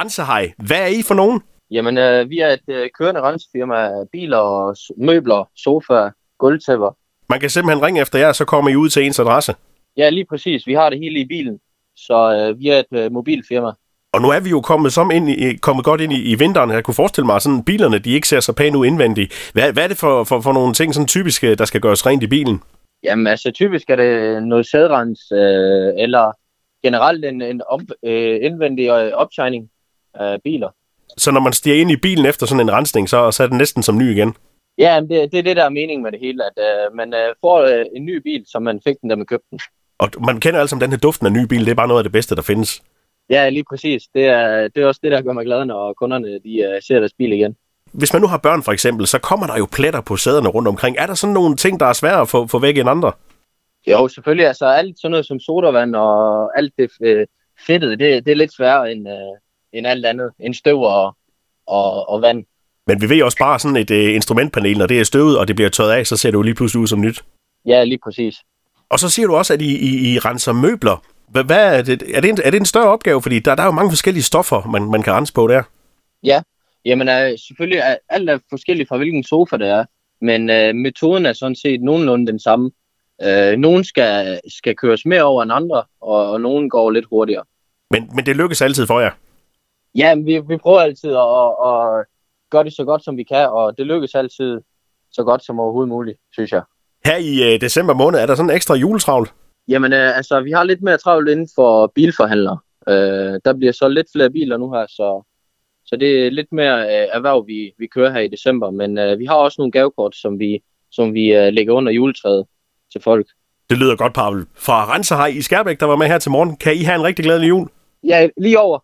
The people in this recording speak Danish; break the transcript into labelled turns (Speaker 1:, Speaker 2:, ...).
Speaker 1: Rensehej. Hvad er I for nogen?
Speaker 2: Jamen, øh, vi er et øh, kørende rensefirma af biler, og s- møbler, sofaer, gulvtæpper.
Speaker 1: Man kan simpelthen ringe efter jer, og så kommer I ud til ens adresse.
Speaker 2: Ja, lige præcis. Vi har det hele i bilen, så øh, vi er et øh, mobilfirma.
Speaker 1: Og nu er vi jo kommet, som ind i, kommet godt ind i, i vinteren. Jeg kunne forestille mig, at sådan, bilerne de ikke ser så pæne ud indvendigt. Hvad, hvad er det for, for, for nogle ting, sådan typiske, der skal gøres rent i bilen?
Speaker 2: Jamen, altså typisk er det noget sæderens, øh, eller generelt en, en om, øh, indvendig øh, opshining af biler.
Speaker 1: Så når man stiger ind i bilen efter sådan en rensning, så, så er den næsten som ny igen.
Speaker 2: Ja, jamen, det, det er det, der er meningen med det hele, at øh, man øh, får øh, en ny bil, som man fik den, da man købte den.
Speaker 1: Og man kender altså den her duften af ny bil, det er bare noget af det bedste, der findes.
Speaker 2: Ja, lige præcis. Det er, det er også det, der gør mig glad, når kunderne de, øh, ser deres bil igen.
Speaker 1: Hvis man nu har børn for eksempel, så kommer der jo pletter på sæderne rundt omkring. Er der sådan nogle ting, der er svære at få, få væk end andre?
Speaker 2: Jo, selvfølgelig. Altså alt sådan noget som sodavand og alt det øh, fedtede, det, det er lidt sværere end, øh, end alt andet. End støv og, og, og vand.
Speaker 1: Men vi ved også bare sådan et øh, instrumentpanel, når det er støvet, og det bliver tørret af, så ser det jo lige pludselig ud som nyt.
Speaker 2: Ja, lige præcis.
Speaker 1: Og så siger du også, at I, I, I renser møbler. Hva- Hvad er, det? Er, det en, er det en større opgave? Fordi der, der er jo mange forskellige stoffer, man, man kan rense på der.
Speaker 2: Jamen øh, selvfølgelig er alt er forskelligt fra hvilken sofa det er, men øh, metoden er sådan set nogenlunde den samme. Øh, nogen skal, skal køres mere over end andre, og, og nogen går lidt hurtigere.
Speaker 1: Men, men det lykkes altid for jer.
Speaker 2: Ja, men vi, vi prøver altid at, at, at gøre det så godt, som vi kan, og det lykkes altid så godt som overhovedet muligt, synes jeg.
Speaker 1: Her i øh, december måned er der sådan en ekstra juletravl.
Speaker 2: Jamen, øh, altså, vi har lidt mere travlt inden for bilforhandlere. Øh, der bliver så lidt flere biler nu her, så, så det er lidt mere øh, erhverv, vi, vi kører her i december. Men øh, vi har også nogle gavekort, som vi, som vi øh, lægger under juletræet til folk.
Speaker 1: Det lyder godt, Pavel. Fra Rensehej i Skærbæk, der var med her til morgen. Kan I have en rigtig glædelig jul?
Speaker 2: Ja, lige over.